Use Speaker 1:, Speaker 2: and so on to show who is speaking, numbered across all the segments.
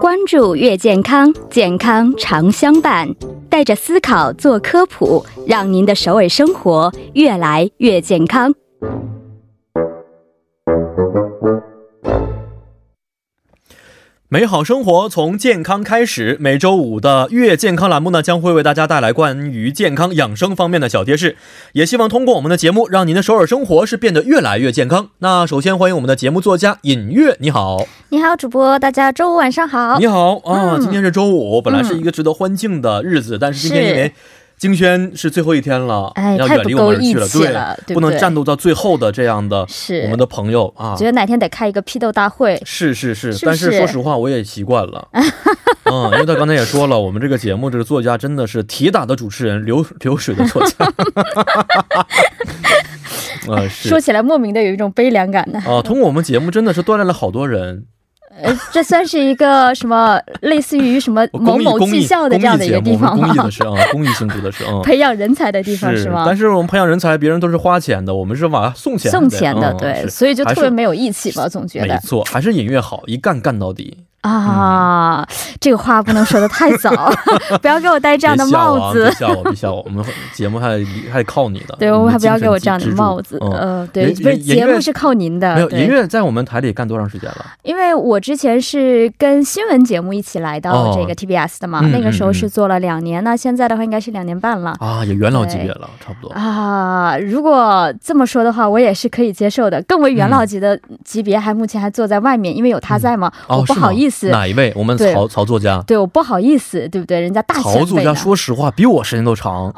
Speaker 1: 关注越健康，健康常相伴。带着思考做科普，让您的首尔生活越来越健康。
Speaker 2: 美好生活从健康开始。每周五的月健康栏目呢，将会为大家带来关于健康养生方面的小贴士，也希望通过我们的节目，让您的首尔生活是变得越来越健康。那首先欢迎我们的节目作家尹月，你好，
Speaker 3: 你好，主播，大家周五晚上好。
Speaker 2: 你好
Speaker 3: 嗯
Speaker 2: 啊，今天是周五，本来是一个值得欢庆的日子，但是今天因为。京轩是最后一天了，
Speaker 3: 哎
Speaker 2: 要
Speaker 3: 太
Speaker 2: 远
Speaker 3: 不
Speaker 2: 离我们
Speaker 3: 够
Speaker 2: 而
Speaker 3: 义
Speaker 2: 去了，
Speaker 3: 气了对不
Speaker 2: 不能
Speaker 3: 对
Speaker 2: 战斗到最后的这样的
Speaker 3: 是
Speaker 2: 我们的朋友啊
Speaker 3: 觉，得哪天得开一个批斗大会，
Speaker 2: 是是是，
Speaker 3: 是不
Speaker 2: 但是
Speaker 3: 是
Speaker 2: 说实话，我也习惯了。嗯，因为他刚才也说了，我们这个节目这个作家真的是铁打的主持人，流流水的作家。 呃，是
Speaker 3: 说起来莫名的有一种悲凉感呢。
Speaker 2: 啊、通过我们节目真的是锻炼了好多人。
Speaker 3: 呃，这算是一个什么类似于什么
Speaker 2: 我
Speaker 3: 某
Speaker 2: 公益
Speaker 3: 某
Speaker 2: 公
Speaker 3: 技
Speaker 2: 益
Speaker 3: 校的
Speaker 2: 公
Speaker 3: 这样
Speaker 2: 益
Speaker 3: 的一
Speaker 2: 节
Speaker 3: 个
Speaker 2: 目，
Speaker 3: 地
Speaker 2: 我们
Speaker 3: 方
Speaker 2: 公益
Speaker 3: 吗
Speaker 2: 的？是啊，公益性质的是啊。
Speaker 3: 培养人才的地方
Speaker 2: 是
Speaker 3: 吗？
Speaker 2: 但是我们培养人才，别人都是花钱的，我们是往送钱的
Speaker 3: 送钱的，
Speaker 2: 嗯
Speaker 3: 对，
Speaker 2: 是
Speaker 3: 所以就
Speaker 2: 还是
Speaker 3: 特别没有义气吧，总觉
Speaker 2: 没
Speaker 3: 得
Speaker 2: 错，还是隐约好，一干干到底。嗯
Speaker 3: 啊，这个话不能说的太 早， 不要给我戴这样的帽子
Speaker 2: 别。笑我啊，别笑我，别笑我，我们 节目还还靠你的。
Speaker 3: 对，
Speaker 2: 我
Speaker 3: 我
Speaker 2: 们
Speaker 3: 还不要给我这样的
Speaker 2: 嗯精神
Speaker 3: 帽子。
Speaker 2: 支柱嗯
Speaker 3: 呃，对，
Speaker 2: 人
Speaker 3: 不是
Speaker 2: 人人
Speaker 3: 节
Speaker 2: 越
Speaker 3: 目是靠您的，
Speaker 2: 没有，
Speaker 3: 对
Speaker 2: 音乐在我们台里干多长时间了？
Speaker 3: 因为我之前是跟新闻节目一起来
Speaker 2: 哦
Speaker 3: 到这个 TBS 的嘛，
Speaker 2: 嗯
Speaker 3: 那个时
Speaker 2: 嗯
Speaker 3: 候
Speaker 2: 嗯
Speaker 3: 是做了两年，那现在的话应该是两年半了。
Speaker 2: 啊，也元老级别了，差不多。
Speaker 3: 啊，如果这么说的话，我也是可以接受的。更为元
Speaker 2: 嗯
Speaker 3: 老级的级别，还目前还坐在外面，因为有他在嘛，
Speaker 2: 哦，
Speaker 3: 我不
Speaker 2: 是吗
Speaker 3: 好意思。
Speaker 2: 哪一位？我们
Speaker 3: 对
Speaker 2: 曹曹作家，
Speaker 3: 对，我不好意思，对不对？人家大
Speaker 2: 曹
Speaker 3: 前
Speaker 2: 作
Speaker 3: 辈
Speaker 2: 家
Speaker 3: 呢。哦
Speaker 2: 说实话比我时间都长，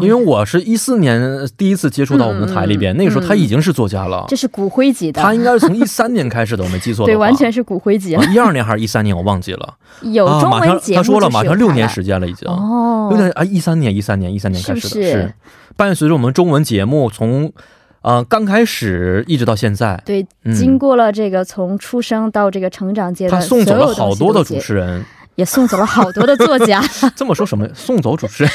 Speaker 2: 因为我是一四年第一次接触到我们的台里
Speaker 3: 嗯
Speaker 2: 边，
Speaker 3: 嗯
Speaker 2: 那个时候他已经是作家了
Speaker 3: 这，是骨灰级的，
Speaker 2: 他应该是从一三年开始的，我没记错的
Speaker 3: 对，
Speaker 2: 话。
Speaker 3: 完全是骨灰级了。
Speaker 2: 一二年还是一三年，我忘记了。
Speaker 3: 有
Speaker 2: 啊，
Speaker 3: 中
Speaker 2: 马
Speaker 3: 文
Speaker 2: 上
Speaker 3: 节目、
Speaker 2: 他说了，马上六年时间了，已经。
Speaker 3: 哦，
Speaker 2: 有点啊，一三年，一三年，一三年开始的，
Speaker 3: 是不是
Speaker 2: 伴随着我们中文节目从呃刚开始一直到现在，
Speaker 3: 对，
Speaker 2: 嗯
Speaker 3: 经过了这个从出生到这个成长阶
Speaker 2: 他
Speaker 3: 段，
Speaker 2: 送走了
Speaker 3: 所有
Speaker 2: 好
Speaker 3: 东西
Speaker 2: 多的
Speaker 3: 都
Speaker 2: 主
Speaker 3: 结
Speaker 2: 持人。
Speaker 3: 也送走了好多的作 家。
Speaker 2: 这么说什么？送走主持人。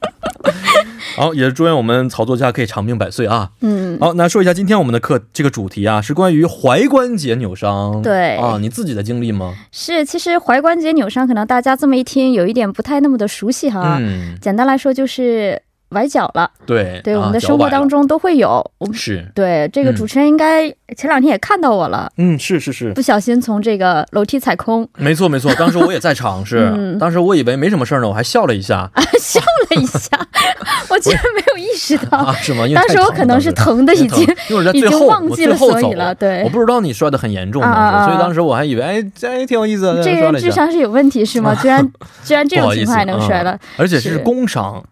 Speaker 2: 好，也祝愿我们曹作家可以长命百岁啊！
Speaker 3: 嗯，
Speaker 2: 好，那说一下今天我们的课这个主题啊，是关于踝关节扭伤。
Speaker 3: 对
Speaker 2: 啊，你自己的经历吗？
Speaker 3: 是，其实踝关节扭伤，可能大家这么一听有一点不太那么的熟悉哈。
Speaker 2: 嗯，
Speaker 3: 简单来说就是崴脚了，
Speaker 2: 对
Speaker 3: 对、
Speaker 2: 啊
Speaker 3: 我们的生活当中都会有。我
Speaker 2: 脚崴了
Speaker 3: 们
Speaker 2: 是，
Speaker 3: 对这个
Speaker 2: 嗯
Speaker 3: 主持人应该前两天也看到我了，
Speaker 2: 嗯，是是是，
Speaker 3: 不小心从这个楼梯踩空，
Speaker 2: 没错没错，当时我也在场，是，
Speaker 3: 嗯
Speaker 2: 当时我以为没什么事儿呢，我还笑了一下
Speaker 3: 笑了一下， 我竟然没有意识
Speaker 2: 啊，
Speaker 3: 到，
Speaker 2: 是吗？因为
Speaker 3: 当时
Speaker 2: 太
Speaker 3: 我
Speaker 2: 疼
Speaker 3: 可能是
Speaker 2: 了
Speaker 3: 疼的已经
Speaker 2: 因为我在
Speaker 3: 已
Speaker 2: 最后，
Speaker 3: 经忘记
Speaker 2: 我最
Speaker 3: 了
Speaker 2: 后
Speaker 3: 所
Speaker 2: 走
Speaker 3: 以了，对
Speaker 2: 我。不知道你摔得很严重
Speaker 3: 啊啊
Speaker 2: 当
Speaker 3: 啊
Speaker 2: 时，所以当时我还以为哎，这还挺有意思的，
Speaker 3: 这个
Speaker 2: 摔
Speaker 3: 人
Speaker 2: 了一
Speaker 3: 智
Speaker 2: 下。啊
Speaker 3: 商是有问题是吗？居然 居然这
Speaker 2: 不
Speaker 3: 种
Speaker 2: 好意
Speaker 3: 情
Speaker 2: 思
Speaker 3: 况还能摔了，
Speaker 2: 嗯而且是
Speaker 3: 是
Speaker 2: 工伤，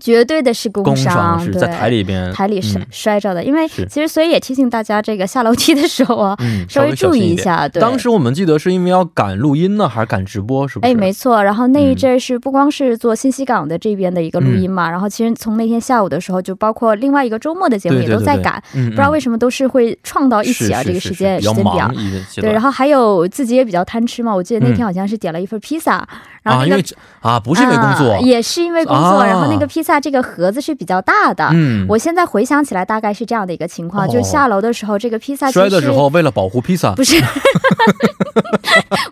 Speaker 3: 绝对的是工
Speaker 2: 工
Speaker 3: 伤，
Speaker 2: 是
Speaker 3: 对
Speaker 2: 在台里边，
Speaker 3: 台里摔、
Speaker 2: 嗯
Speaker 3: 摔着的。因为
Speaker 2: 是
Speaker 3: 其实所以也提醒大家，这个下楼梯的时候 啊，
Speaker 2: 嗯，
Speaker 3: 稍
Speaker 2: 稍
Speaker 3: 微注
Speaker 2: 小
Speaker 3: 意
Speaker 2: 心一
Speaker 3: 一
Speaker 2: 点。
Speaker 3: 下。对，
Speaker 2: 当时我们记得是因为要赶录音呢，还是赶直播？是不是？
Speaker 3: 哎，没错。然后那一
Speaker 2: 嗯
Speaker 3: 阵是不光是做信息港的这边的一个录音嘛，然后其实从那天下午的时候，就包括另外一个周末的节目
Speaker 2: 嗯对
Speaker 3: 也
Speaker 2: 对
Speaker 3: 都
Speaker 2: 对
Speaker 3: 在
Speaker 2: 对
Speaker 3: 赶，
Speaker 2: 嗯，
Speaker 3: 不知道为
Speaker 2: 什
Speaker 3: 什么都是会撞到
Speaker 2: 么
Speaker 3: 一起啊，这个时间
Speaker 2: 比
Speaker 3: 时
Speaker 2: 较
Speaker 3: 间表
Speaker 2: 忙。一个阶
Speaker 3: 对，
Speaker 2: 段嗯
Speaker 3: 然后还有自己也比较贪吃嘛，我记得那天好像是点了一份披萨，然后
Speaker 2: 啊，因
Speaker 3: 那
Speaker 2: 为
Speaker 3: 个
Speaker 2: 这啊，不是因为工作
Speaker 3: 啊，也是因为工作、
Speaker 2: 啊
Speaker 3: 然后那个披萨这个盒子是比较大的。
Speaker 2: 嗯，
Speaker 3: 我现在回想起来，大概是这样的一个情况：
Speaker 2: 哦
Speaker 3: 就下楼的时候，这个披萨其实
Speaker 2: 摔的时候为了保护披萨
Speaker 3: 不，是，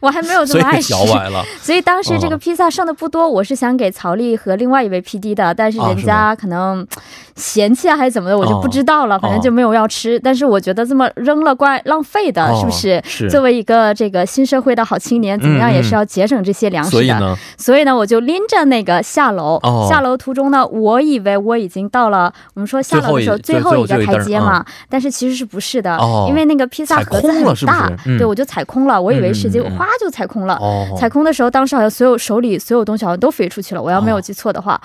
Speaker 3: 我还没有这
Speaker 2: 所
Speaker 3: 么爱
Speaker 2: 以
Speaker 3: 吃
Speaker 2: 脚，嗯崴了。
Speaker 3: 所以当时这个披萨剩的不多，我是想给曹丽和另外一位 PD 的，但是
Speaker 2: 啊
Speaker 3: 人
Speaker 2: 是吗哦
Speaker 3: 家可能嫌弃啊还是怎么的，我就不知道了，反正就没有要吃。但是我觉得这么扔了怪浪费的，
Speaker 2: 哦
Speaker 3: 是不是？
Speaker 2: 是
Speaker 3: 作为一个这个新社会的好青年，怎么样
Speaker 2: 嗯嗯
Speaker 3: 也是要节省这些粮食的。
Speaker 2: 所以呢，
Speaker 3: 所以呢，我就拎着那个下楼、
Speaker 2: 哦
Speaker 3: 下楼途中呢，我以为我已经到了我们说下楼的时候
Speaker 2: 最
Speaker 3: 最
Speaker 2: 后
Speaker 3: 后
Speaker 2: 一
Speaker 3: 一
Speaker 2: 最
Speaker 3: 个
Speaker 2: 最后一个啊
Speaker 3: 台阶嘛，但是其实是不是的、
Speaker 2: 哦
Speaker 3: 因为那个披萨盒子
Speaker 2: 踩空
Speaker 3: 很
Speaker 2: 了是不
Speaker 3: 大，
Speaker 2: 是嗯
Speaker 3: 对我就踩空了，我以为是，
Speaker 2: 嗯嗯
Speaker 3: 结果
Speaker 2: 嗯
Speaker 3: 哗就踩空了。
Speaker 2: 哦，
Speaker 3: 踩空的时候，当时好像所有手里所有东西好像都飞出去了，我要没有记错的话，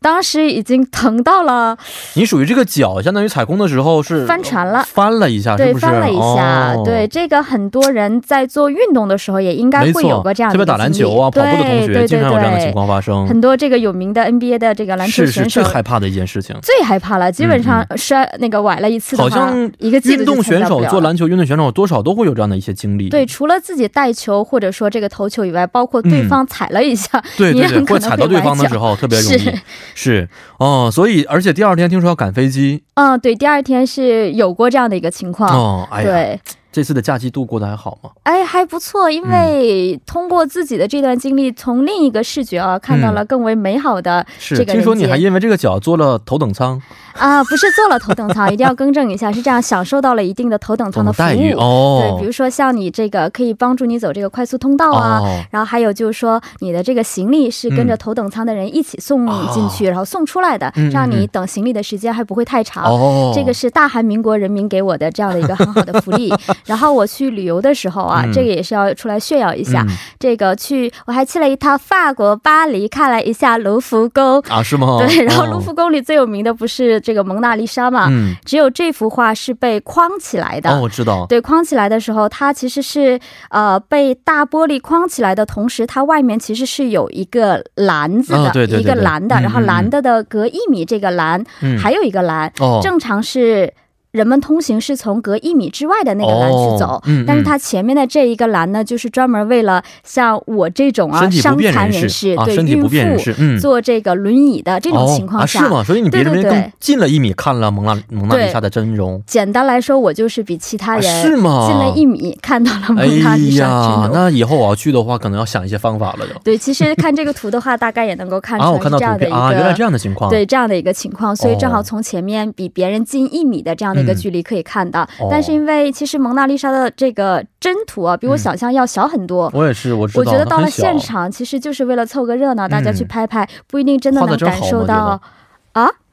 Speaker 3: 当时已经疼到了，
Speaker 2: 你属于这个脚，相当于踩空的时候是
Speaker 3: 翻船了
Speaker 2: 翻了一下，
Speaker 3: 对，
Speaker 2: 是不是
Speaker 3: 翻了一下、
Speaker 2: 哦、
Speaker 3: 对，这个很多人在做运动的时候也应该
Speaker 2: 没
Speaker 3: 会
Speaker 2: 错，
Speaker 3: 有过这样的
Speaker 2: 特
Speaker 3: 一个
Speaker 2: 别打篮
Speaker 3: 经历
Speaker 2: 球啊、跑步的同
Speaker 3: 对对
Speaker 2: 学，
Speaker 3: 对
Speaker 2: 经常有这样的
Speaker 3: 对
Speaker 2: 情况发生，
Speaker 3: 很多这个有名的 NBA 的这个篮球
Speaker 2: 是是
Speaker 3: 选手
Speaker 2: 最害怕的一件事情。
Speaker 3: 最害怕了，基本上摔、那个崴了一次的话，
Speaker 2: 嗯好像
Speaker 3: 一个季
Speaker 2: 运
Speaker 3: 度
Speaker 2: 动
Speaker 3: 就参
Speaker 2: 选
Speaker 3: 加不
Speaker 2: 手
Speaker 3: 了
Speaker 2: 做
Speaker 3: 了。
Speaker 2: 篮球运动选手多少都会有这样的一些经历，
Speaker 3: 对，除了自己带球或
Speaker 2: 嗯
Speaker 3: 者说这个投球以外，包括对方踩了一下，
Speaker 2: 对
Speaker 3: 你
Speaker 2: 对
Speaker 3: 也
Speaker 2: 对，
Speaker 3: 很
Speaker 2: 会
Speaker 3: 可能
Speaker 2: 踩到对方的时
Speaker 3: 候。
Speaker 2: 候特别容易
Speaker 3: 是，
Speaker 2: 是哦，所以而且第二天听说要赶飞机
Speaker 3: 嗯，对，第二天是有过这样的一个情况。
Speaker 2: 哦，哎呀，
Speaker 3: 啊对，
Speaker 2: 这次的假期度过得还好吗？
Speaker 3: 哎，还不错，因
Speaker 2: 嗯
Speaker 3: 为通过自己的这段经历，从另一个视角啊，看到了更为美好的
Speaker 2: 嗯是，
Speaker 3: 这个人
Speaker 2: 听说你
Speaker 3: 间
Speaker 2: 还因为这个脚坐了头等舱，
Speaker 3: 啊，不是坐了头等 舱，一定要更正一下，是这样，享受到了一定的头等舱的
Speaker 2: 哦
Speaker 3: 服
Speaker 2: 待遇
Speaker 3: 务。对，
Speaker 2: 哦
Speaker 3: 比如说像你这个可以帮助你走这个快速通道啊，
Speaker 2: 哦，
Speaker 3: 然后还有就是说你的这个行李是跟着头等舱的人一起送进去，然后送出来的，
Speaker 2: 嗯哦嗯嗯嗯
Speaker 3: 让你等行李的时间还不会太长。
Speaker 2: 哦
Speaker 3: 这个是大韩民国人民给我的这样的一个很好的福 利。然后我去旅游的时候啊，
Speaker 2: 嗯
Speaker 3: 这个也是要出来炫耀一下。
Speaker 2: 嗯
Speaker 3: 这个去我还去了一趟法国巴黎，看了一下卢浮宫。
Speaker 2: 啊是吗？
Speaker 3: 对，然后
Speaker 2: 哦
Speaker 3: 卢浮宫里最有名的不是这个蒙娜丽莎嘛？
Speaker 2: 嗯，
Speaker 3: 只有这幅画是被框起来啊的。
Speaker 2: 哦，我知道，
Speaker 3: 对，框起来的时候，它其实是呃被大玻璃框起来的同时，它外面其实是有一个篮子的，
Speaker 2: 哦对对对
Speaker 3: 一个
Speaker 2: 对
Speaker 3: 栏的，
Speaker 2: 嗯
Speaker 3: 然后
Speaker 2: 嗯嗯
Speaker 3: 栏的的隔一米这个栏，
Speaker 2: 嗯，
Speaker 3: 还有一个栏，
Speaker 2: 哦，
Speaker 3: 正常是。人们通行是从隔一米之外的那个栏去走，
Speaker 2: 哦嗯嗯
Speaker 3: 但是它前面的这一个栏呢，就是专门为了像我这种啊
Speaker 2: 身体
Speaker 3: 伤
Speaker 2: 不便
Speaker 3: 残
Speaker 2: 人
Speaker 3: 人
Speaker 2: 士
Speaker 3: 士、
Speaker 2: 啊，
Speaker 3: 对
Speaker 2: 身体
Speaker 3: 孕
Speaker 2: 不便人
Speaker 3: 妇
Speaker 2: 士，嗯，
Speaker 3: 坐这个轮椅的这种情
Speaker 2: 哦、
Speaker 3: 况
Speaker 2: 啊
Speaker 3: 下，
Speaker 2: 是吗？所以你比
Speaker 3: 对
Speaker 2: 人
Speaker 3: 对
Speaker 2: 家
Speaker 3: 对
Speaker 2: 更近了一米，看了蒙娜蒙娜丽莎的真容。
Speaker 3: 简单来说，我就是比其他
Speaker 2: 啊
Speaker 3: 人
Speaker 2: 是吗
Speaker 3: 近了一米，看到了
Speaker 2: 哎
Speaker 3: 嗯蒙娜丽莎
Speaker 2: 呀
Speaker 3: 之，流。
Speaker 2: 那以后我要去的话，可能要想一些方法了就。
Speaker 3: 对，其实看这个图的话，大概也能够看出
Speaker 2: 啊，我
Speaker 3: 来
Speaker 2: 看
Speaker 3: 是
Speaker 2: 到
Speaker 3: 这
Speaker 2: 图
Speaker 3: 样的一
Speaker 2: 片
Speaker 3: 个、
Speaker 2: 啊，原来这样的情况。
Speaker 3: 对这样的一个情况，所以正好
Speaker 2: 哦
Speaker 3: 从前面比别人近一米的这样的一个
Speaker 2: 嗯
Speaker 3: 距离可以看到。
Speaker 2: 哦
Speaker 3: 但是因为其实蒙娜丽莎的这个真图啊，比我想象要小很多。
Speaker 2: 我也是，嗯我知道。
Speaker 3: 我觉得到了
Speaker 2: 很小
Speaker 3: 现，场，其实就是为了凑个热闹，大家去
Speaker 2: 嗯
Speaker 3: 拍拍，不一定真的
Speaker 2: 画得
Speaker 3: 能
Speaker 2: 真好
Speaker 3: 感受
Speaker 2: 吗觉得
Speaker 3: 到。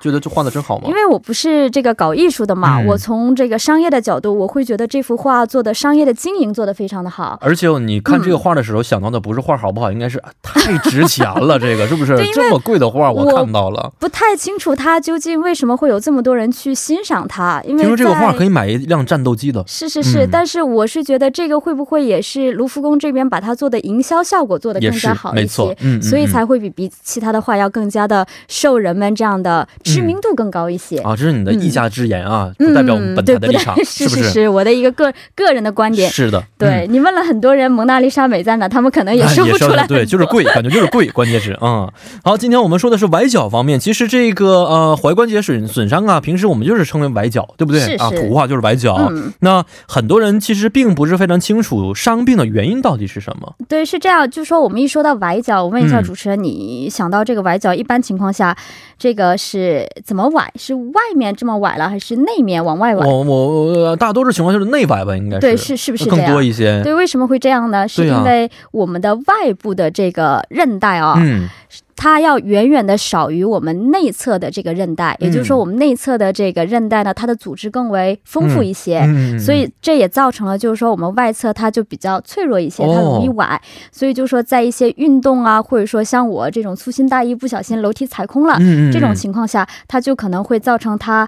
Speaker 2: 觉得这画的真好吗
Speaker 3: 因？为我不是这个搞艺术的嘛，
Speaker 2: 嗯
Speaker 3: 我从这个商业的角度，我会觉得这幅画做的商业的经营做得非常的好。
Speaker 2: 而且你看
Speaker 3: 嗯
Speaker 2: 这个画的时候，想到的不是画好不好，应该是啊太值钱 了，这个是不是
Speaker 3: 对因？为
Speaker 2: 这么贵的画我
Speaker 3: 我
Speaker 2: 看到了。
Speaker 3: 不太清楚它究竟为什么会有这么多人去欣赏它，因为
Speaker 2: 听说这个画可
Speaker 3: 以。
Speaker 2: 以买一辆战斗机的，
Speaker 3: 是是是、
Speaker 2: 嗯
Speaker 3: 但是我是觉得这个会不会也是卢浮宫这边把它做的营销效果做得
Speaker 2: 也
Speaker 3: 更
Speaker 2: 是
Speaker 3: 加好
Speaker 2: 没
Speaker 3: 一
Speaker 2: 错
Speaker 3: 些，。
Speaker 2: 嗯，嗯
Speaker 3: 所以
Speaker 2: 嗯
Speaker 3: 才会比比其他的画要更加的受人们这样的知名度更高一些。
Speaker 2: 啊，这是你的
Speaker 3: 嗯
Speaker 2: 一家之言啊，
Speaker 3: 嗯，
Speaker 2: 嗯不代表我们本台
Speaker 3: 对
Speaker 2: 的
Speaker 3: 不
Speaker 2: 立
Speaker 3: 代
Speaker 2: 场，
Speaker 3: 是
Speaker 2: 不是？嗯
Speaker 3: 是我的一个个个人的观点。
Speaker 2: 是的，
Speaker 3: 对、你问了很多人蒙娜丽莎美在哪，他们可
Speaker 2: 哎
Speaker 3: 能也哎说不出来很多。
Speaker 2: 对，就是贵，感觉就是贵，关键是嗯。好，今天我们说的是崴脚方面，其实这个呃踝关节损损伤啊，平时我们就是称为崴脚，对不对
Speaker 3: 是是
Speaker 2: 啊？土话就是崴脚、
Speaker 3: 嗯
Speaker 2: 那很多人其实并不是非常清楚伤病的原因到底是什么。
Speaker 3: 对，是这样。就说我们一说到崴脚，我问一下
Speaker 2: 嗯
Speaker 3: 主持人，你想到这个崴脚，一般情况下，这个是怎么崴？是外面这么崴了，还是内面往外崴？
Speaker 2: 我我我大多数情况就是内崴吧，哦应该是
Speaker 3: 对，是是不是这
Speaker 2: 更多
Speaker 3: 样？
Speaker 2: 一些。
Speaker 3: 对，为什么会这样呢？是
Speaker 2: 对啊
Speaker 3: 因为我们的外部的这个韧带啊，
Speaker 2: 嗯，
Speaker 3: 它要远远的少于我们内侧的这个韧带，也就是说，
Speaker 2: 嗯
Speaker 3: 我们内侧的这个韧带呢，它的组织更为丰富一些。
Speaker 2: 嗯
Speaker 3: 所以这也造成了，就是说我们外侧它就比较脆弱一些，
Speaker 2: 哦
Speaker 3: 它容易崴。所以就说在一些运动啊，或者说像我这种粗心大意不小心楼梯踩空了、
Speaker 2: 嗯嗯
Speaker 3: 这种
Speaker 2: 嗯
Speaker 3: 情况下，它就可能会造成它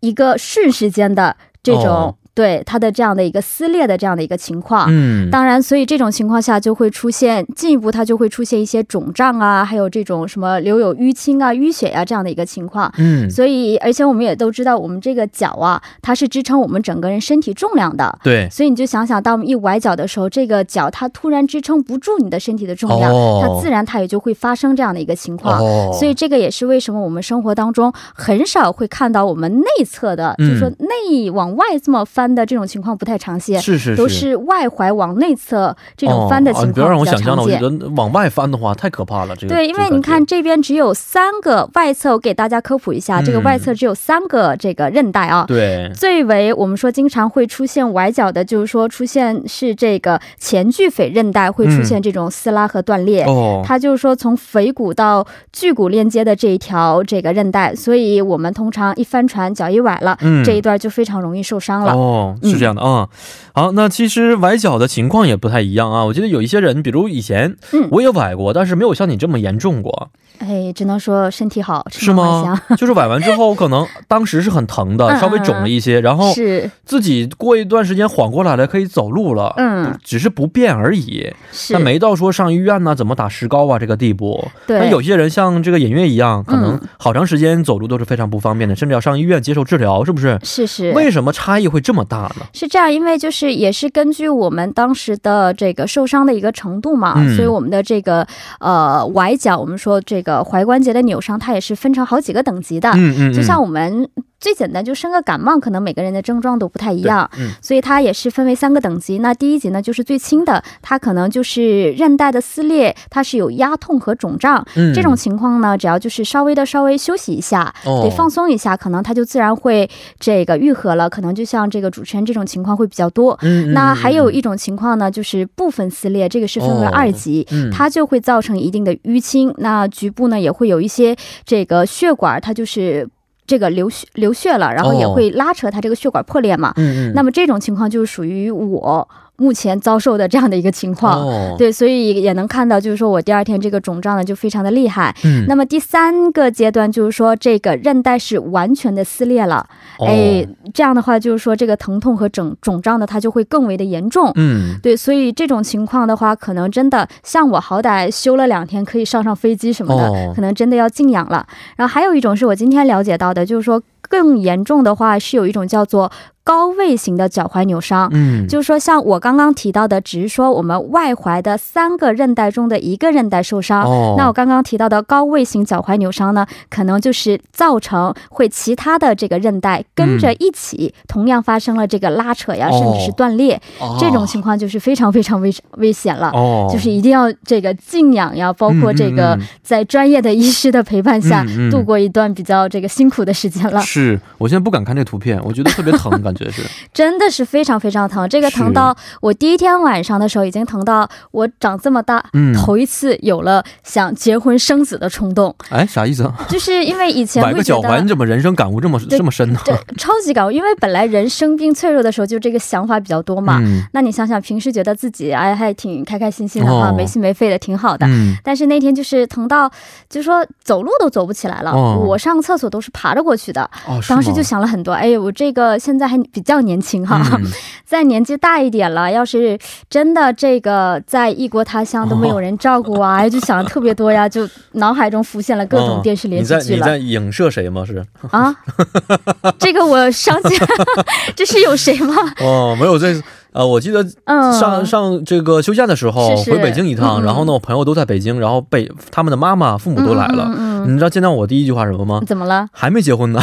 Speaker 3: 一个瞬时间的这种、
Speaker 2: 哦
Speaker 3: 对它的这样的一个撕裂的这样的一个情况。
Speaker 2: 嗯，
Speaker 3: 当然，所以这种情况下就会出现进一步，它就会出现一些肿胀啊，还有这种什么留有淤青啊、淤血呀、这样的一个情况。
Speaker 2: 嗯，
Speaker 3: 所以，而且我们也都知道，我们这个脚啊，它是支撑我们整个人身体重量的。
Speaker 2: 对，
Speaker 3: 所以你就想想，当我们一崴脚的时候，这个脚它突然支撑不住你的身体的重量，
Speaker 2: 哦
Speaker 3: 它自然它也就会发生这样的一个情况。
Speaker 2: 哦，
Speaker 3: 所以这个也是为什么我们生活当中很少会看到我们内侧的，
Speaker 2: 嗯
Speaker 3: 就是说内往外这么翻的这种情况不太常见。
Speaker 2: 是是
Speaker 3: 都
Speaker 2: 是。
Speaker 3: 是外踝往内侧这种翻的
Speaker 2: 哦啊
Speaker 3: 情
Speaker 2: 你不要让
Speaker 3: 况
Speaker 2: 我
Speaker 3: 比较
Speaker 2: 想象了，
Speaker 3: 常
Speaker 2: 我觉
Speaker 3: 见。
Speaker 2: 得往外翻的话太可怕了。这个
Speaker 3: 对，因为你看，这边只有三个外侧，我给大家科普一下，
Speaker 2: 嗯
Speaker 3: 这个外侧只有三个这个韧带啊。
Speaker 2: 这个感觉
Speaker 3: 最为我们说经常会出现崴脚的，就是说出现是这个前距腓韧带会出现这种撕拉和断裂。
Speaker 2: 对嗯哦，
Speaker 3: 它就是说从腓骨到距骨链接的这一条这个韧带，所以我们通常一翻船脚一崴了、
Speaker 2: 嗯
Speaker 3: 这一段就非常容易受伤了。嗯
Speaker 2: 哦，是这样的啊、好，那其实崴脚的情况也不太一样啊。我记得有一些人，比如以前
Speaker 3: 嗯
Speaker 2: 我也崴过，但是没有像你这么严重过，
Speaker 3: 哎，只能说身体好，吃
Speaker 2: 是吗？就是崴完之后，可 能当时是很疼的，
Speaker 3: 嗯
Speaker 2: 稍微肿了一些，然后
Speaker 3: 是
Speaker 2: 自己过一段时间缓过来了，可以走路了。
Speaker 3: 嗯
Speaker 2: 只是不便而已，
Speaker 3: 是，
Speaker 2: 但没到说上医院呐、怎么打石膏啊这个地步。
Speaker 3: 对
Speaker 2: 但有些人像这个尹月一样，可能
Speaker 3: 嗯
Speaker 2: 好长时间走路都是非常不方便的，甚至要上医院接受治疗，是不是？
Speaker 3: 是是，
Speaker 2: 为什么差异会这么么大呢？
Speaker 3: 是这样，因为就是也是根据我们当时的这个受伤的一个程度嘛，
Speaker 2: 嗯
Speaker 3: 所以我们的这个呃崴脚，我们说这个踝关节的扭伤，它也是分成好几个等级的。
Speaker 2: 嗯嗯，嗯
Speaker 3: 啊就像我们最简单，就生个感冒，可能每个人的症状都不太一样，
Speaker 2: 对嗯
Speaker 3: 所以它也是分为三个等级。那第一级呢，就是最轻的，它可能就是韧带的撕裂，它是有压痛和肿胀。
Speaker 2: 嗯
Speaker 3: 这种情况呢，只要就是稍微的稍微休息一下，
Speaker 2: 哦
Speaker 3: 得放松一下，可能它就自然会这个愈合了。可能就像这个主持人这种情况会比较多。
Speaker 2: 嗯嗯
Speaker 3: 那还有
Speaker 2: 嗯
Speaker 3: 一种情况呢，就是部分撕裂，这个是分为
Speaker 2: 哦
Speaker 3: 二级，
Speaker 2: 嗯
Speaker 3: 它就会造成一定的淤青，那局部呢也会有一些这个血管，它就是这个流血流血了，然后也
Speaker 2: 哦
Speaker 3: 会拉扯它这个血管破裂嘛。
Speaker 2: 嗯嗯，
Speaker 3: 那么这种情况就是属于我目前遭受的这样的一个情况。
Speaker 2: 哦，
Speaker 3: 对，所以也能看到，就是说我第二天这个肿胀呢就非常的厉害。
Speaker 2: 嗯，
Speaker 3: 那么第三个阶段就是说，这个韧带是完全的撕裂了，
Speaker 2: 哦
Speaker 3: 哎，，这样的话就是说这个疼痛和肿肿胀呢，它就会更为的严重。
Speaker 2: 嗯，
Speaker 3: 对，所以这种情况的话，可能真的像我好歹休了两天，可以上上飞机什么的，
Speaker 2: 哦
Speaker 3: 可能真的要静养了。然后还有一种是我今天了解到的，就是说更严重的话是有一种叫做高位型的脚踝扭伤。
Speaker 2: 嗯，
Speaker 3: 就是说，像我刚刚提到的，只是说我们外踝的三个韧带中的一个韧带受伤。
Speaker 2: 哦
Speaker 3: 啊那我刚刚提到的高位型脚踝扭伤呢，可能就是造成会其他的这个韧带跟着一起，同样发生了这个拉扯呀，
Speaker 2: 嗯哦
Speaker 3: 甚至是断裂。这种情况就是非常非常危危险了。
Speaker 2: 哦，
Speaker 3: 就是一定要这个静养呀，包括这个
Speaker 2: 嗯嗯
Speaker 3: 在专业的医师的陪伴下，
Speaker 2: 嗯嗯
Speaker 3: 度过一段比较这个辛苦的时间了，
Speaker 2: 是我现在不敢看这图片，我觉得特别疼，感觉 是，
Speaker 3: 真的是非常非常疼。这个疼到我第一天晚上的时候，已经疼到我长这么大、
Speaker 2: 嗯
Speaker 3: 头一次有了想结婚生子的冲动，
Speaker 2: 哎，啥意思 啊？
Speaker 3: 就是因为以前
Speaker 2: 崴
Speaker 3: 会
Speaker 2: 个
Speaker 3: 觉
Speaker 2: 脚
Speaker 3: 得
Speaker 2: 踝，你怎么人生感悟这么
Speaker 3: 对
Speaker 2: 这么深呢？
Speaker 3: 对，超级搞，因为本来人生病脆弱的时候就这个想法比较多嘛。
Speaker 2: 嗯
Speaker 3: 那你想想，平时觉得自己哎还挺开开心心的哈、
Speaker 2: 哦
Speaker 3: 没心没肺的，挺好的。
Speaker 2: 嗯，
Speaker 3: 但是那天就是疼到，就说走路都走不起来了。
Speaker 2: 哦
Speaker 3: 我上厕所都是爬着过去的。
Speaker 2: 哦，是
Speaker 3: 当时
Speaker 2: 吗
Speaker 3: 就想了很多，哎，我这个现在还比较年轻哈，
Speaker 2: 嗯
Speaker 3: 再年纪大一点了，要是真的这个在异国他乡都没有人照顾 啊，哎，就想的特别多呀，就脑海中浮现了各种电视连续
Speaker 2: 哦
Speaker 3: 剧
Speaker 2: 你
Speaker 3: 了
Speaker 2: 在、你在影射谁吗？是
Speaker 3: 啊。这个我上去，这是有谁吗？
Speaker 2: 哦，没有这呃，我记得
Speaker 3: 嗯，
Speaker 2: 上上这个休假的时候
Speaker 3: 是是
Speaker 2: 回北京一趟，
Speaker 3: 嗯嗯
Speaker 2: 然后呢，我朋友都在北京，然后被他们的妈妈、父母都来了。
Speaker 3: 嗯嗯嗯
Speaker 2: 你知道见到我第一句话什么吗
Speaker 3: 嗯，？怎么了？
Speaker 2: 还没 结婚呢，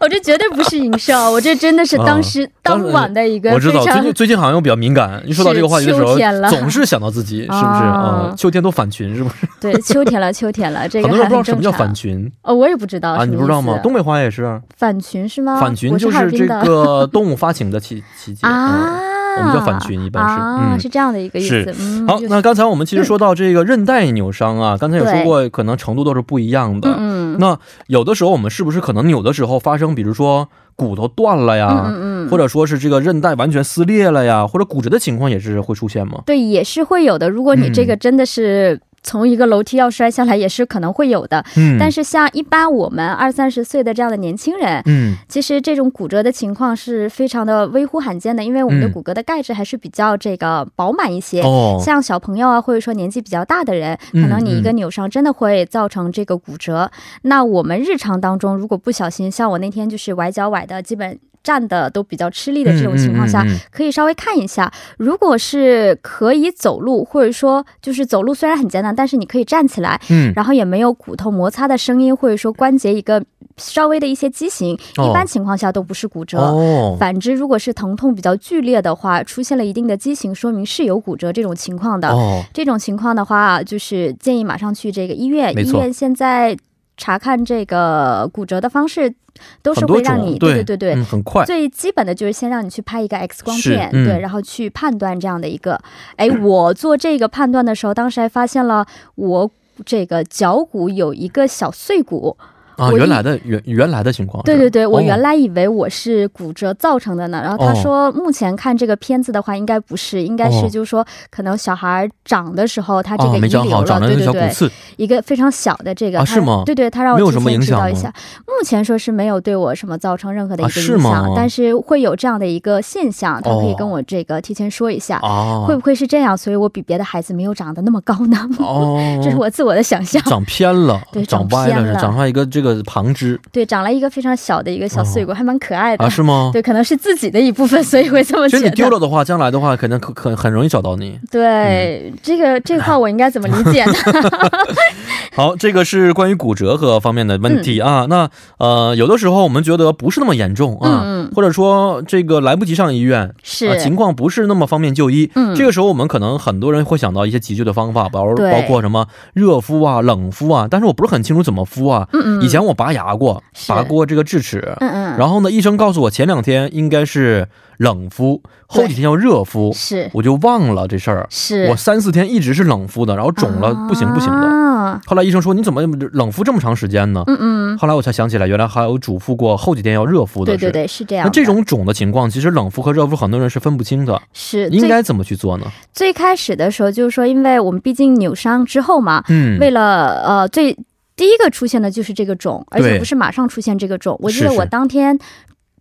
Speaker 3: 我这绝对不是影 射，我这真的是当时
Speaker 2: 啊当
Speaker 3: 当
Speaker 2: 时
Speaker 3: 晚的一个
Speaker 2: 我知
Speaker 3: 非
Speaker 2: 道最
Speaker 3: 常
Speaker 2: 近最近好像比较敏感，一说到这个话题的时
Speaker 3: 是
Speaker 2: 候
Speaker 3: 秋天，了
Speaker 2: 总是想到 自己，是不是
Speaker 3: 啊
Speaker 2: 啊？秋天都返群，是不是？
Speaker 3: 对，秋天 了，秋天了，这个
Speaker 2: 很多人
Speaker 3: 还
Speaker 2: 不知道
Speaker 3: 很
Speaker 2: 什
Speaker 3: 正
Speaker 2: 么
Speaker 3: 常
Speaker 2: 叫返群
Speaker 3: 哦，我也不知道
Speaker 2: 啊，
Speaker 3: 什么
Speaker 2: 你不知道吗
Speaker 3: 意？思
Speaker 2: 东北话也是，
Speaker 3: 返群是吗？
Speaker 2: 返群
Speaker 3: 我
Speaker 2: 就是
Speaker 3: 哈尔
Speaker 2: 是
Speaker 3: 滨
Speaker 2: 这
Speaker 3: 的
Speaker 2: 个动物发情的期期节
Speaker 3: 啊
Speaker 2: 嗯。我们叫返群一般是
Speaker 3: 啊
Speaker 2: 嗯
Speaker 3: 是这样的一个意思
Speaker 2: 是。
Speaker 3: 嗯
Speaker 2: 好
Speaker 3: 就，是
Speaker 2: 那刚才我们其实说到这个韧带扭伤啊，刚才有说过，可能程度都是不一样的。
Speaker 3: 嗯嗯
Speaker 2: 那有的时候我们是不是可能有的时候发生，比如说骨头断了呀，
Speaker 3: 嗯嗯嗯，
Speaker 2: 或者说是这个韧带完全撕裂了呀，或者骨折的情况也是会出现吗？
Speaker 3: 对，也是会有的。如果你这
Speaker 2: 嗯
Speaker 3: 个真的是。从一个楼梯要摔下来也是可能会有的，
Speaker 2: 嗯，
Speaker 3: 但
Speaker 2: 是
Speaker 3: 是像一般我们二三十岁的这样的年轻人，
Speaker 2: 嗯
Speaker 3: 其实这种骨折的情况是非常的微乎罕见的，因为我们的
Speaker 2: 嗯
Speaker 3: 骨骼的钙质还是比较这个饱满一些。
Speaker 2: 哦
Speaker 3: 像小朋友啊，或者说年纪比较大的人，可
Speaker 2: 嗯
Speaker 3: 能你一个
Speaker 2: 嗯
Speaker 3: 扭伤真的会造成这个骨折。那我们日常当中，如果不小心，像我那天就是崴脚崴的，基本站的都比较吃力的这种情况下。
Speaker 2: 嗯嗯嗯
Speaker 3: 可以稍微看一下，如果是可以走路，或者说就是走路虽然很艰难，但是你可以站起来，
Speaker 2: 嗯
Speaker 3: 然后也没有骨头摩擦的声音，或者说关节一个稍微的一些畸形，
Speaker 2: 哦
Speaker 3: 一般情况下都不是骨折。
Speaker 2: 哦，
Speaker 3: 反之，如果是疼痛比较剧烈的话，出现了一定的畸形，说明是有骨折这种情况的。
Speaker 2: 哦，
Speaker 3: 这种情况的话，就是建议马上去这个医院。
Speaker 2: 没
Speaker 3: 医
Speaker 2: 错
Speaker 3: 院现在查看这个骨折的方式，都是
Speaker 2: 很
Speaker 3: 会
Speaker 2: 多
Speaker 3: 让
Speaker 2: 种
Speaker 3: 你
Speaker 2: 对
Speaker 3: 对对对。
Speaker 2: 嗯，很快，
Speaker 3: 最基本的就是先让你去拍一个 X 光片，
Speaker 2: 是嗯
Speaker 3: 对，然后去判断这样的一个。哎，我做这个判断的时候，当时还发现了我这个脚骨有一个小碎骨。
Speaker 2: 啊，
Speaker 3: 我一
Speaker 2: 原来的原原来的情况是，
Speaker 3: 对对对，我原
Speaker 2: 来
Speaker 3: 来以为我是骨折造成的呢。然后他说，目前看这个片子的话，应该不是，应该
Speaker 2: 哦
Speaker 3: 是就是说，可能小孩长的时候他这
Speaker 2: 哦
Speaker 3: 个遗
Speaker 2: 没长
Speaker 3: 留
Speaker 2: 好，
Speaker 3: 了，
Speaker 2: 长了
Speaker 3: 对对
Speaker 2: 一个小骨
Speaker 3: 对，
Speaker 2: 刺，
Speaker 3: 一个非常小的这个
Speaker 2: 啊
Speaker 3: 他
Speaker 2: 是吗
Speaker 3: 对对，他让
Speaker 2: 没有
Speaker 3: 我
Speaker 2: 什
Speaker 3: 提
Speaker 2: 么
Speaker 3: 前
Speaker 2: 影
Speaker 3: 知
Speaker 2: 响
Speaker 3: 道一
Speaker 2: 吗
Speaker 3: 下。目前说是没有对我什么造成任何的一
Speaker 2: 啊
Speaker 3: 个
Speaker 2: 是
Speaker 3: 影响，
Speaker 2: 吗
Speaker 3: 但是会有这样的一个现象，他可以
Speaker 2: 哦
Speaker 3: 跟我这个提前说一下，
Speaker 2: 哦，
Speaker 3: 啊会不 会是这样？所以我比别的孩子没有长得那么高呢？
Speaker 2: 哦，
Speaker 3: 这是我自我的想象。
Speaker 2: 长偏了
Speaker 3: 对，
Speaker 2: 长
Speaker 3: 长
Speaker 2: 歪
Speaker 3: 偏
Speaker 2: 是
Speaker 3: 了
Speaker 2: 长上一个这个旁枝
Speaker 3: 对，长了一个非常小的一个小碎果，还蛮可爱的
Speaker 2: 啊，是吗？
Speaker 3: 对，可能是自己的一部分，所以会这么
Speaker 2: 其
Speaker 3: 觉
Speaker 2: 实你
Speaker 3: 得。
Speaker 2: 丢了的话，将来的话，可能可可很容易找到你。
Speaker 3: 对、
Speaker 2: 嗯
Speaker 3: 这个这话我应该怎么理解呢？
Speaker 2: 好，这个是关于骨折和方面的问题
Speaker 3: 嗯
Speaker 2: 啊。那呃，有的时候我们觉得不是那么严重啊，
Speaker 3: 嗯嗯
Speaker 2: 或者说这个来不及上医院，
Speaker 3: 是、
Speaker 2: 啊、情况不是那么方便就医。
Speaker 3: 嗯
Speaker 2: 这个时候，我们可能很多人会想到一些急救的方法，包
Speaker 3: 对
Speaker 2: 包括什么热敷啊、冷敷啊，但是我不是很清楚怎么敷啊。
Speaker 3: 嗯嗯，
Speaker 2: 以前我拔牙过，
Speaker 3: 是
Speaker 2: 拔过这个智齿，
Speaker 3: 嗯嗯，
Speaker 2: 然后呢，医生告诉我前两天应该是冷敷，后几天要热敷，
Speaker 3: 是
Speaker 2: 我就忘了这事儿。
Speaker 3: 是
Speaker 2: 我三四天一直是冷敷的，然后肿了不行不行的。
Speaker 3: 啊、
Speaker 2: 后来医生说你怎么冷敷这么长时间呢？
Speaker 3: 嗯嗯，
Speaker 2: 后来我才想起来，原来还有嘱咐过后几天要热敷的
Speaker 3: 对
Speaker 2: 是。
Speaker 3: 对对，是这样
Speaker 2: 那
Speaker 3: 的。
Speaker 2: 这种肿的情况，其实冷敷和热敷很多人是分不清的，
Speaker 3: 是
Speaker 2: 应
Speaker 3: 最
Speaker 2: 该怎么去做呢？
Speaker 3: 最开始的时候，就是说，因为我们毕竟扭伤之后嘛，
Speaker 2: 嗯，
Speaker 3: 为了呃最第一个出现的就是这个肿，而且不是马上出现这个肿。我记得
Speaker 2: 是是
Speaker 3: 我当天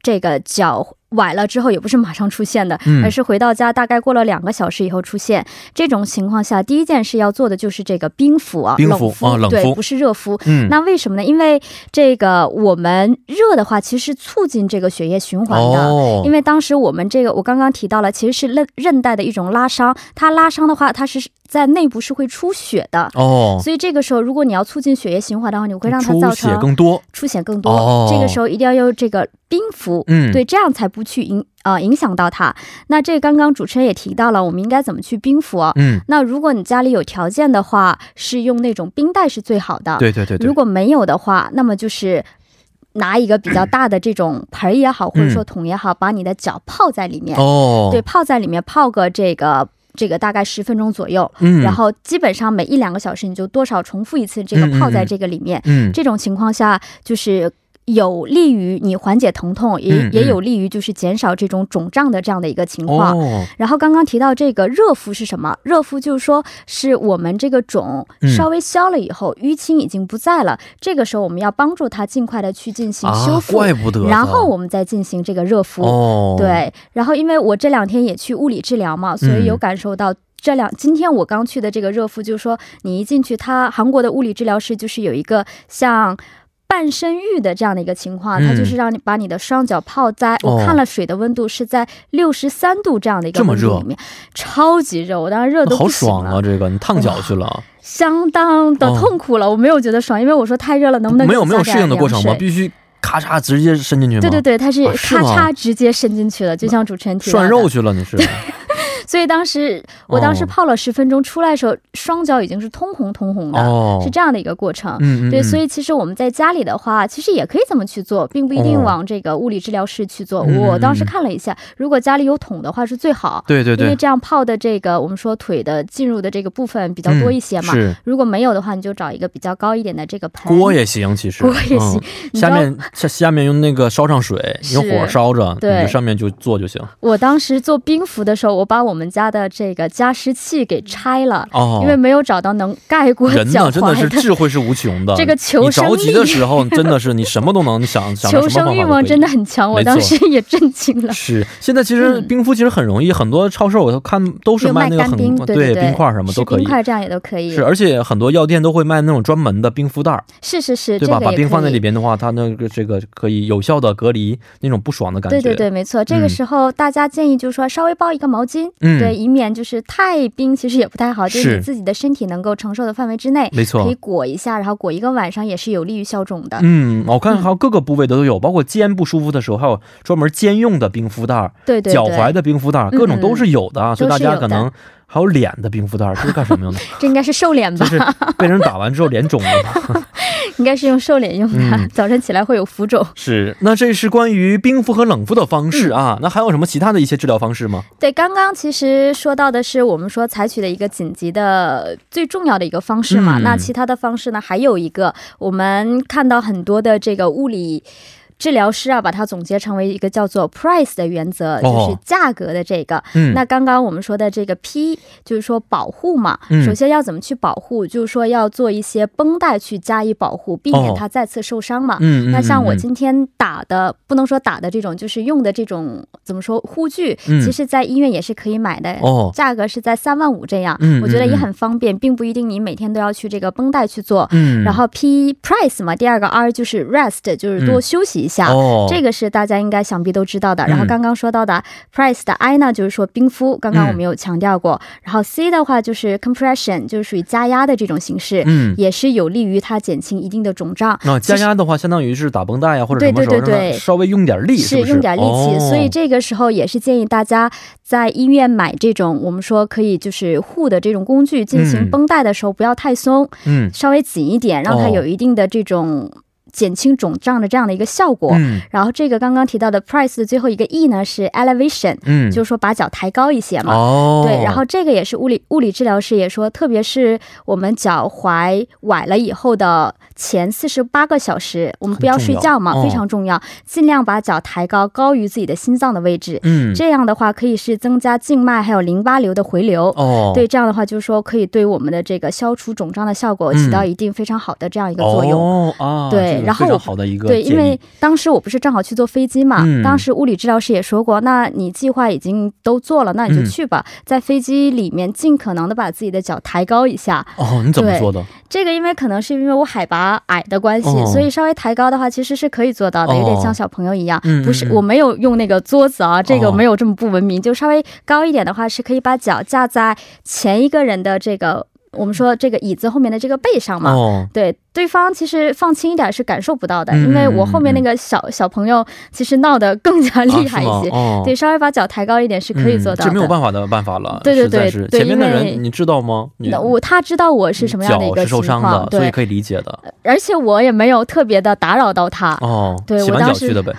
Speaker 3: 这个脚崴了之后，也不是马上出现的，
Speaker 2: 嗯
Speaker 3: 而是回到家大概过了两个小时以后出现。这种情况下，第一件事要做的就是这个冰敷啊，
Speaker 2: 冰敷
Speaker 3: 冷敷，
Speaker 2: 啊冷敷
Speaker 3: 对，不是热敷。
Speaker 2: 嗯，
Speaker 3: 那为什么呢？因为这个我们热的话，其实促进这个血液循环的。
Speaker 2: 哦
Speaker 3: 因，为当时我们这个，我刚刚提到了，其实是韧韧带的一种拉伤，它拉伤的话，它是在内部是会出血的。
Speaker 2: 哦，
Speaker 3: 所以这个时候，如果你要促进血液循环的话，你会让它
Speaker 2: 出
Speaker 3: 造
Speaker 2: 血
Speaker 3: 成
Speaker 2: 更多，
Speaker 3: 出血更多。
Speaker 2: 哦
Speaker 3: 这个时候一定要用这个冰敷，
Speaker 2: 嗯，
Speaker 3: 对，这样才不去影呃影响到它。那这刚刚主持人也提到了，我们应该怎么去冰敷啊？
Speaker 2: 嗯，
Speaker 3: 那如果你家里有条件的话，是用那种冰袋是最好的。
Speaker 2: 对对对对
Speaker 3: 如，果没有的话，那么就是拿一个比较大的这种盆儿也好，或者说桶也好，把你的脚泡在里面，
Speaker 2: 嗯哦，
Speaker 3: 对，，泡在里面泡个这个这个大概十分钟左右，
Speaker 2: 嗯，
Speaker 3: 然，后基本上每一两个小时你就多少重复一次这个
Speaker 2: 嗯嗯
Speaker 3: 泡在
Speaker 2: 嗯
Speaker 3: 这个里面。
Speaker 2: 嗯，
Speaker 3: 这种情况下就是。有利于你缓解疼痛，也
Speaker 2: 嗯嗯
Speaker 3: 也有利于就是减少这种肿胀的这样的一个情况。
Speaker 2: 哦，
Speaker 3: 然后刚刚提到这个热敷是什么？热敷就是说是我们这个肿
Speaker 2: 嗯
Speaker 3: 稍微消了以后，淤青已经不在了，这个时候我们要帮助它尽快的去进行修
Speaker 2: 啊，
Speaker 3: 复，
Speaker 2: 怪不得，
Speaker 3: 然后我们再进行这个热敷。
Speaker 2: 哦，，
Speaker 3: 对，然后因为我这两天也去物理治疗嘛，所以有
Speaker 2: 嗯
Speaker 3: 感受到。这两今天我刚去的这个热敷，就是说你一进去，它韩国的物理治疗师就是有一个像半身浴的这样的一个情况，它就
Speaker 2: 嗯
Speaker 3: 是让你把你的双脚泡在，
Speaker 2: 哦
Speaker 3: 我看了水的温度是在六十三度这样的一个
Speaker 2: 这么
Speaker 3: 温度
Speaker 2: 热
Speaker 3: 里面，超级热，我当时热
Speaker 2: 那
Speaker 3: 都
Speaker 2: 好
Speaker 3: 不行
Speaker 2: 爽
Speaker 3: 了，
Speaker 2: 啊，这个你烫脚去了，
Speaker 3: 相当的
Speaker 2: 哦
Speaker 3: 痛苦了、我没有觉得爽，因为我说太热了，能不能
Speaker 2: 没有
Speaker 3: 给
Speaker 2: 没
Speaker 3: 我
Speaker 2: 有
Speaker 3: 加
Speaker 2: 适应的
Speaker 3: 点
Speaker 2: 过程
Speaker 3: 凉水
Speaker 2: 吗？必须咔嚓直接伸进去吗？
Speaker 3: 对对对，它是
Speaker 2: 啊是
Speaker 3: 咔
Speaker 2: 吗
Speaker 3: 嚓直接伸进去了，就像主持人提到
Speaker 2: 涮
Speaker 3: 的
Speaker 2: 肉去 了，你是？
Speaker 3: 所以当时我当时
Speaker 2: 哦
Speaker 3: 泡了十分钟，出来的时候双脚已经是通红通红的，
Speaker 2: 哦，
Speaker 3: 是这样的一个过程。
Speaker 2: 嗯，嗯嗯，
Speaker 3: 对，所以其实我们在家里的话，其实也可以这么去做，并不一定
Speaker 2: 哦
Speaker 3: 往这个物理治疗室去做。
Speaker 2: 嗯嗯
Speaker 3: 我当时
Speaker 2: 嗯
Speaker 3: 看了一下，如果家里有桶的话是最好，
Speaker 2: 对对
Speaker 3: 因为
Speaker 2: 对，
Speaker 3: 这样泡的这个我们说腿的进入的这个部分比较多一些嘛。
Speaker 2: 嗯是
Speaker 3: 如果没有的话，你就找一个比较高一点的这个盆。
Speaker 2: 锅也行，其实
Speaker 3: 锅也行
Speaker 2: 嗯
Speaker 3: 你知
Speaker 2: 下
Speaker 3: 道
Speaker 2: 面下下面用那个烧上水，
Speaker 3: 是
Speaker 2: 用火烧着，
Speaker 3: 对
Speaker 2: 你就上面就做就行。
Speaker 3: 我当时做冰敷的时候，我把我们家的这个加湿器给拆了，
Speaker 2: 哦，
Speaker 3: 因为没有找到能盖过
Speaker 2: 人
Speaker 3: 脚
Speaker 2: 呢，真
Speaker 3: 踝
Speaker 2: 的是智慧是无穷 的。
Speaker 3: 这个求
Speaker 2: 你
Speaker 3: 生
Speaker 2: 着急
Speaker 3: 力
Speaker 2: 的时候，真的是你什么都能 想想到
Speaker 3: 求
Speaker 2: 什
Speaker 3: 生
Speaker 2: 么方
Speaker 3: 欲
Speaker 2: 法都可
Speaker 3: 望
Speaker 2: 以
Speaker 3: 真的很强，我
Speaker 2: 没错
Speaker 3: 当时也震惊了。
Speaker 2: 是，现在其实
Speaker 3: 嗯
Speaker 2: 冰敷其实很容易，很多超市我看都 是
Speaker 3: 有
Speaker 2: 卖那个
Speaker 3: 干
Speaker 2: 很
Speaker 3: 冰，对对，
Speaker 2: 冰块什么都
Speaker 3: 是
Speaker 2: 可以
Speaker 3: 冰，块这样也都可以。
Speaker 2: 是，而啊且很多药店都会卖那种专门的冰敷袋儿，
Speaker 3: 是是是，哎
Speaker 2: 对
Speaker 3: 这
Speaker 2: 吧？
Speaker 3: 个
Speaker 2: 把
Speaker 3: 也
Speaker 2: 冰
Speaker 3: 可
Speaker 2: 放在
Speaker 3: 以
Speaker 2: 里。边的话，它那个这个可以有效的隔离那种不爽的感觉。
Speaker 3: 对对对，没错。这
Speaker 2: 嗯
Speaker 3: 个时候大家建议就是说稍微包一个毛巾，
Speaker 2: 嗯
Speaker 3: 对，以免就是太冰，其实也不太好，就是是你自己的身体能够承受的范围之内，
Speaker 2: 没错
Speaker 3: 可以裹一下，然后裹一个晚上也是有利于消肿的。
Speaker 2: 嗯，我看还有各个部位的都有，包括肩不舒服的时候，还有专门肩用的冰敷袋儿、
Speaker 3: 对对对，
Speaker 2: 脚踝的 冰敷袋儿，
Speaker 3: 嗯
Speaker 2: 各种都是有的啊。所以大
Speaker 3: 都
Speaker 2: 家
Speaker 3: 是有
Speaker 2: 可
Speaker 3: 的
Speaker 2: 能还有脸的冰敷袋儿，这是干 什么用的？
Speaker 3: 这应该是瘦脸
Speaker 2: 就
Speaker 3: 吧，
Speaker 2: 是被人打完之后脸肿了吗？
Speaker 3: 应该是用瘦脸用的，
Speaker 2: 嗯
Speaker 3: 早晨起来会有浮肿。
Speaker 2: 是。那这是关于冰敷和冷敷的方
Speaker 3: 嗯
Speaker 2: 式啊。那还有什么其他的一些治疗方式吗？
Speaker 3: 对，刚刚其实说到的是我们说采取的一个紧急的最重要的一个方式嘛。
Speaker 2: 嗯
Speaker 3: 那其他的方式呢，还有一个我们看到很多的这个物理。治疗师啊把它总结成为一个叫做 price 的原则，
Speaker 2: 哦
Speaker 3: 就是价格的这个。
Speaker 2: 嗯，
Speaker 3: 那刚刚我们说的这个 P 就是说保护嘛，
Speaker 2: 嗯
Speaker 3: 首先要怎么去保护，就是说要做一些绷带去加以保护，避免
Speaker 2: 哦
Speaker 3: 它再次受伤嘛。
Speaker 2: 嗯，嗯
Speaker 3: 那像我
Speaker 2: 嗯
Speaker 3: 今天打的，不能说打的这种，就是用的这种怎么说护具，
Speaker 2: 嗯
Speaker 3: 其实在医院也是可以买的。
Speaker 2: 哦，
Speaker 3: 价格是在三万五这样
Speaker 2: 嗯，
Speaker 3: 我觉得
Speaker 2: 嗯
Speaker 3: 也
Speaker 2: 嗯
Speaker 3: 很方便，并不一定你每天都要去这个绷带去做。
Speaker 2: 嗯，
Speaker 3: 然后 P price 嘛，第二个 R 就是 rest，就是多
Speaker 2: 嗯
Speaker 3: 休息一下。
Speaker 2: 哦，
Speaker 3: 啊这个是大家应该想必都知道的。
Speaker 2: 嗯
Speaker 3: 然后刚刚说到的 price 的 I 呢，就是说冰敷，刚
Speaker 2: 嗯
Speaker 3: 刚我们有强调过。然后 C 的话就是 compression，就是属于加压的这种形式，
Speaker 2: 嗯，
Speaker 3: 也是有利于它减轻一定的肿胀。
Speaker 2: 那加压的话，相当于是打绷带呀，或者什么
Speaker 3: 对
Speaker 2: 时候
Speaker 3: 对
Speaker 2: 让
Speaker 3: 对
Speaker 2: 它
Speaker 3: 对
Speaker 2: 稍微用点力，
Speaker 3: 是
Speaker 2: 不是？
Speaker 3: 用点力气、
Speaker 2: 哦
Speaker 3: 所以这个时候也是建议大家在医院买这种我们说可以就是护的这种工具，进
Speaker 2: 嗯
Speaker 3: 行绷带的时候不要太松，
Speaker 2: 嗯
Speaker 3: 稍微紧一点，
Speaker 2: 哦
Speaker 3: 让它有一定的这种减轻肿胀的这样的一个效果。
Speaker 2: 嗯
Speaker 3: 然后这个刚刚提到的 price 的最后一个 e 呢是 elevation，、
Speaker 2: 嗯，
Speaker 3: 就是说把脚抬高一些嘛。
Speaker 2: 哦，
Speaker 3: 对，然后这个也是物理物理治疗师也说，特别是我们脚踝崴了以后的前四十八个小时，我们不要睡觉嘛，
Speaker 2: 很重要
Speaker 3: 非常重要，尽量把脚抬高，高于自己的心脏的位置。
Speaker 2: 嗯
Speaker 3: 这样的话可以是增加静脉还有淋巴瘤的回流。
Speaker 2: 哦，
Speaker 3: 对，这样的话就是说可以对我们的这个消除肿胀的效果起
Speaker 2: 嗯
Speaker 3: 到一定非常好的这样一个作用。
Speaker 2: 哦啊，
Speaker 3: 对
Speaker 2: 这个
Speaker 3: 然后
Speaker 2: 非常好的一个
Speaker 3: 对，
Speaker 2: 建
Speaker 3: 因为
Speaker 2: 议
Speaker 3: 当时我不是正好去坐飞机嘛，
Speaker 2: 嗯
Speaker 3: 当时物理治疗师也说过，那你计划已经都做了，那
Speaker 2: 嗯
Speaker 3: 你就去吧，在飞机里面尽可能的把自己的脚抬高一下。
Speaker 2: 哦，你怎么
Speaker 3: 对
Speaker 2: 做的？
Speaker 3: 这个因为可能是因为我海拔矮的关系，
Speaker 2: 哦
Speaker 3: 所以稍微抬高的话其实是可以做到的，
Speaker 2: 哦
Speaker 3: 有点像小朋友一样。
Speaker 2: 嗯
Speaker 3: 不是
Speaker 2: 嗯，嗯
Speaker 3: 我没有用那个桌子啊，这
Speaker 2: 哦
Speaker 3: 个没有这么不文明，就稍微高一点的话是可以把脚架在前一个人的这个我们说这个椅子后面的这个背上嘛。
Speaker 2: 哦，
Speaker 3: 对，对方其实放轻一点是感受不到的，
Speaker 2: 嗯
Speaker 3: 因为我后面那个小小朋友其实闹得更加厉害一
Speaker 2: 啊是
Speaker 3: 些。
Speaker 2: 吗哦、
Speaker 3: 对，稍微把脚抬高一点是可以做到
Speaker 2: 嗯，这没有
Speaker 3: 的。
Speaker 2: 办法的办法了。
Speaker 3: 对对
Speaker 2: 实在
Speaker 3: 对
Speaker 2: 是
Speaker 3: 对
Speaker 2: 前面的
Speaker 3: 因为
Speaker 2: 人你知道吗？你
Speaker 3: 那我他知道我是什么样的一
Speaker 2: 脚
Speaker 3: 个
Speaker 2: 是受
Speaker 3: 情
Speaker 2: 伤
Speaker 3: 况，
Speaker 2: 的，所以
Speaker 3: 对，
Speaker 2: 可以理解的。
Speaker 3: 而且我也没有特别的打扰到 他，
Speaker 2: 哦，
Speaker 3: 对
Speaker 2: 洗
Speaker 3: 我
Speaker 2: 完
Speaker 3: 当
Speaker 2: 脚
Speaker 3: 时
Speaker 2: 去的呗。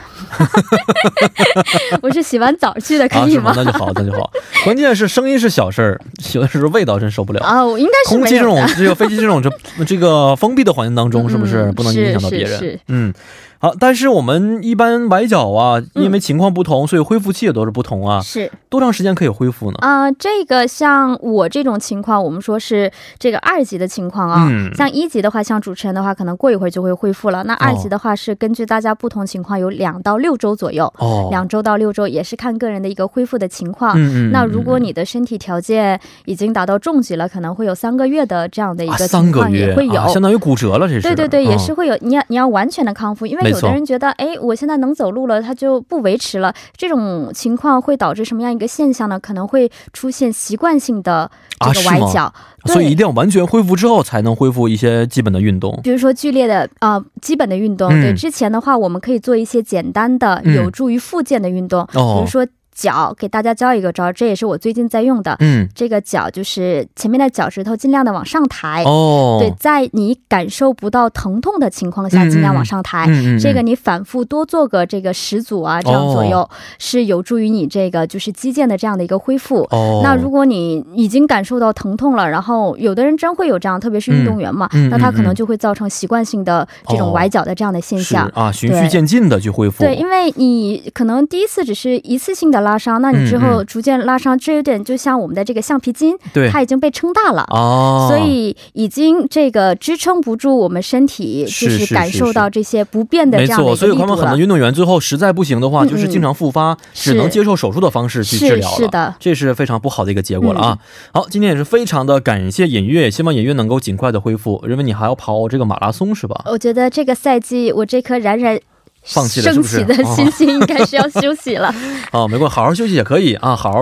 Speaker 3: 我是洗完澡去的，
Speaker 2: 啊，
Speaker 3: 可以
Speaker 2: 是吗
Speaker 3: 吗？？
Speaker 2: 那就好，那就好。关键是声音是小事儿，有的时候味道真受不了。
Speaker 3: 啊，我应该是
Speaker 2: 空
Speaker 3: 没
Speaker 2: 气这
Speaker 3: 有
Speaker 2: 种
Speaker 3: 的。，
Speaker 2: 这个飞机这种这这个封闭的环境当中，
Speaker 3: 嗯
Speaker 2: 是不是
Speaker 3: 嗯
Speaker 2: 不能影响到
Speaker 3: 是
Speaker 2: 别
Speaker 3: 是
Speaker 2: 人
Speaker 3: 是？
Speaker 2: 嗯，好。但是我们一般崴脚啊，因
Speaker 3: 嗯
Speaker 2: 为情况不同，所以恢复期也都是不同啊。
Speaker 3: 是
Speaker 2: 多长时间可以恢复呢？
Speaker 3: 啊、这个像我这种情况，我们说是这个二级的情况啊。
Speaker 2: 嗯
Speaker 3: 像一级的话，像主持人的话，可能过一会儿就会恢复了。那
Speaker 2: 哦
Speaker 3: 二级的话是根据大家不同情况，有两到六周左右，
Speaker 2: 哦，
Speaker 3: 两周到六周也是看个人的一个恢复的情况。
Speaker 2: 嗯嗯。
Speaker 3: 那
Speaker 2: 嗯
Speaker 3: 如果你的身体条件已经达到重疾了，可能会有三个月的这样的一
Speaker 2: 啊
Speaker 3: 个
Speaker 2: 三
Speaker 3: 情
Speaker 2: 个
Speaker 3: 况
Speaker 2: 月
Speaker 3: 也会有，
Speaker 2: 啊相当于骨折了，这是。
Speaker 3: 对对对，也是
Speaker 2: 嗯。
Speaker 3: 会有，你要你要完全的康复，因为
Speaker 2: 没
Speaker 3: 有的
Speaker 2: 错
Speaker 3: 人觉得，哎，我现在能走路了，他就不维持了。这种情况会导致什么样一个现象呢？可能会出现习惯性的这
Speaker 2: 啊
Speaker 3: 个
Speaker 2: 是
Speaker 3: 崴
Speaker 2: 吗
Speaker 3: 脚，
Speaker 2: 所以一
Speaker 3: 对。
Speaker 2: 定要完全恢复之后才能恢复一些基本的运动。
Speaker 3: 比如说剧烈的啊、呃基本的运动、对
Speaker 2: 嗯
Speaker 3: 之前的话，我们可以做一些简单的、
Speaker 2: 嗯
Speaker 3: 有助于复健的运动，比
Speaker 2: 哦
Speaker 3: 如，说脚，给大家教一个招儿，这也是我最近在用的。
Speaker 2: 嗯，
Speaker 3: 这个脚就是前面的脚趾头尽量的往上抬，
Speaker 2: 哦，
Speaker 3: 对，在你感受不到疼痛的情况下，
Speaker 2: 嗯嗯
Speaker 3: 尽量往上抬。
Speaker 2: 嗯，嗯嗯
Speaker 3: 这个你反复多做个这个十组啊，这样左右、
Speaker 2: 哦
Speaker 3: 是有助于你这个就是肌腱的这样的一个恢复。
Speaker 2: 哦，
Speaker 3: 那如果你已经感受到疼痛了，然后有的人真会有这样，特别是运动员嘛，
Speaker 2: 嗯嗯
Speaker 3: 那他可
Speaker 2: 嗯嗯
Speaker 3: 能就会造成习惯性的这
Speaker 2: 哦
Speaker 3: 种崴脚的这样的现
Speaker 2: 是
Speaker 3: 象。
Speaker 2: 啊，循序
Speaker 3: 对
Speaker 2: 渐进的去恢复。
Speaker 3: 对，因为你可能第一次只是一次性的拉伤，那你之
Speaker 2: 嗯
Speaker 3: 后逐渐拉伤，这有点就像我们的这个橡皮筋，
Speaker 2: 对
Speaker 3: 它已经被撑大了。
Speaker 2: 哦，
Speaker 3: 所以已经这个支撑不住我们身体，
Speaker 2: 是
Speaker 3: 就是是感
Speaker 2: 是
Speaker 3: 受到这些不变的
Speaker 2: 没
Speaker 3: 这样的
Speaker 2: 错，
Speaker 3: 一
Speaker 2: 所
Speaker 3: 个
Speaker 2: 以
Speaker 3: 力
Speaker 2: 他们
Speaker 3: 度
Speaker 2: 很多
Speaker 3: 了。
Speaker 2: 运动员最后实在不行的话，
Speaker 3: 嗯
Speaker 2: 就是经常复发，只能
Speaker 3: 是
Speaker 2: 接受手术的方式去治疗了。
Speaker 3: 是是的嗯
Speaker 2: 这是非常不好的一个结果了啊！好，今天也是非常的感谢尹月，也希望尹月能够尽快的恢复，因为你还要跑这个马拉松是吧？
Speaker 3: 我觉得这个赛季我这颗冉冉
Speaker 2: 放弃了是
Speaker 3: 升
Speaker 2: 不是
Speaker 3: 起的
Speaker 2: 哦
Speaker 3: 星星应该是要 休息了。
Speaker 2: 啊，没关系，好好休息也可以啊，好好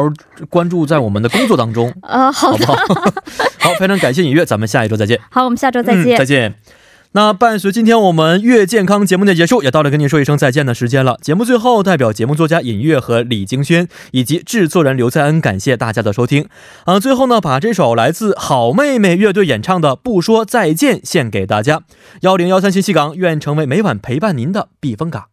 Speaker 2: 关注在我们的工作当中，
Speaker 3: 呃，好
Speaker 2: 好不
Speaker 3: 的，
Speaker 2: 好？ 好，非常感谢尹月，咱们下一周再见。
Speaker 3: 好，我们下周再见。
Speaker 2: 嗯、再见。那伴随今天我们月健康节目的结束，也到了跟您说一声再见的时间了。节目最后，代表节目作家尹月和李京轩以及制作人刘在恩，感谢大家的收听。啊、最后呢，把这首来自好妹妹乐队演唱的《不说再见》献给大家。幺零幺三信息港，愿成为每晚陪伴您的避风港。